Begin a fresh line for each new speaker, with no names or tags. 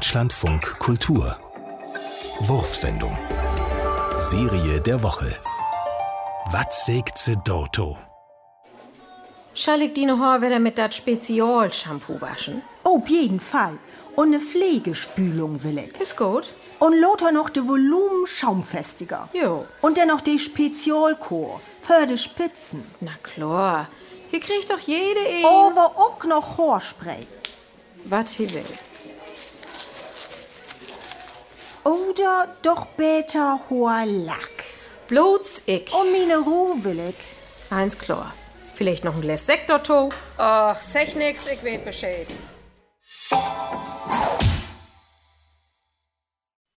Deutschlandfunk Kultur. Wurfsendung. Serie der Woche. Wat sägt se Doto?
Schall ich die noch haben, wieder mit dat Spezial-Shampoo waschen?
Ob jeden Fall. Und eine Pflegespülung will ich.
Ist gut.
Und Lothar noch de Volumen schaumfestiger.
Jo.
Und dann noch de Spezialchor für de Spitzen.
Na klar. Hier kriegt doch jede ein,
Aber auch noch Haarspray.
wat sie will.
Oder doch besser Haarlack.
Bloß ich.
Und meine Ruhe will ich.
Eins klar. Vielleicht noch ein Glas Sekt dazu? Ach, sech nix, ich weet Bescheid.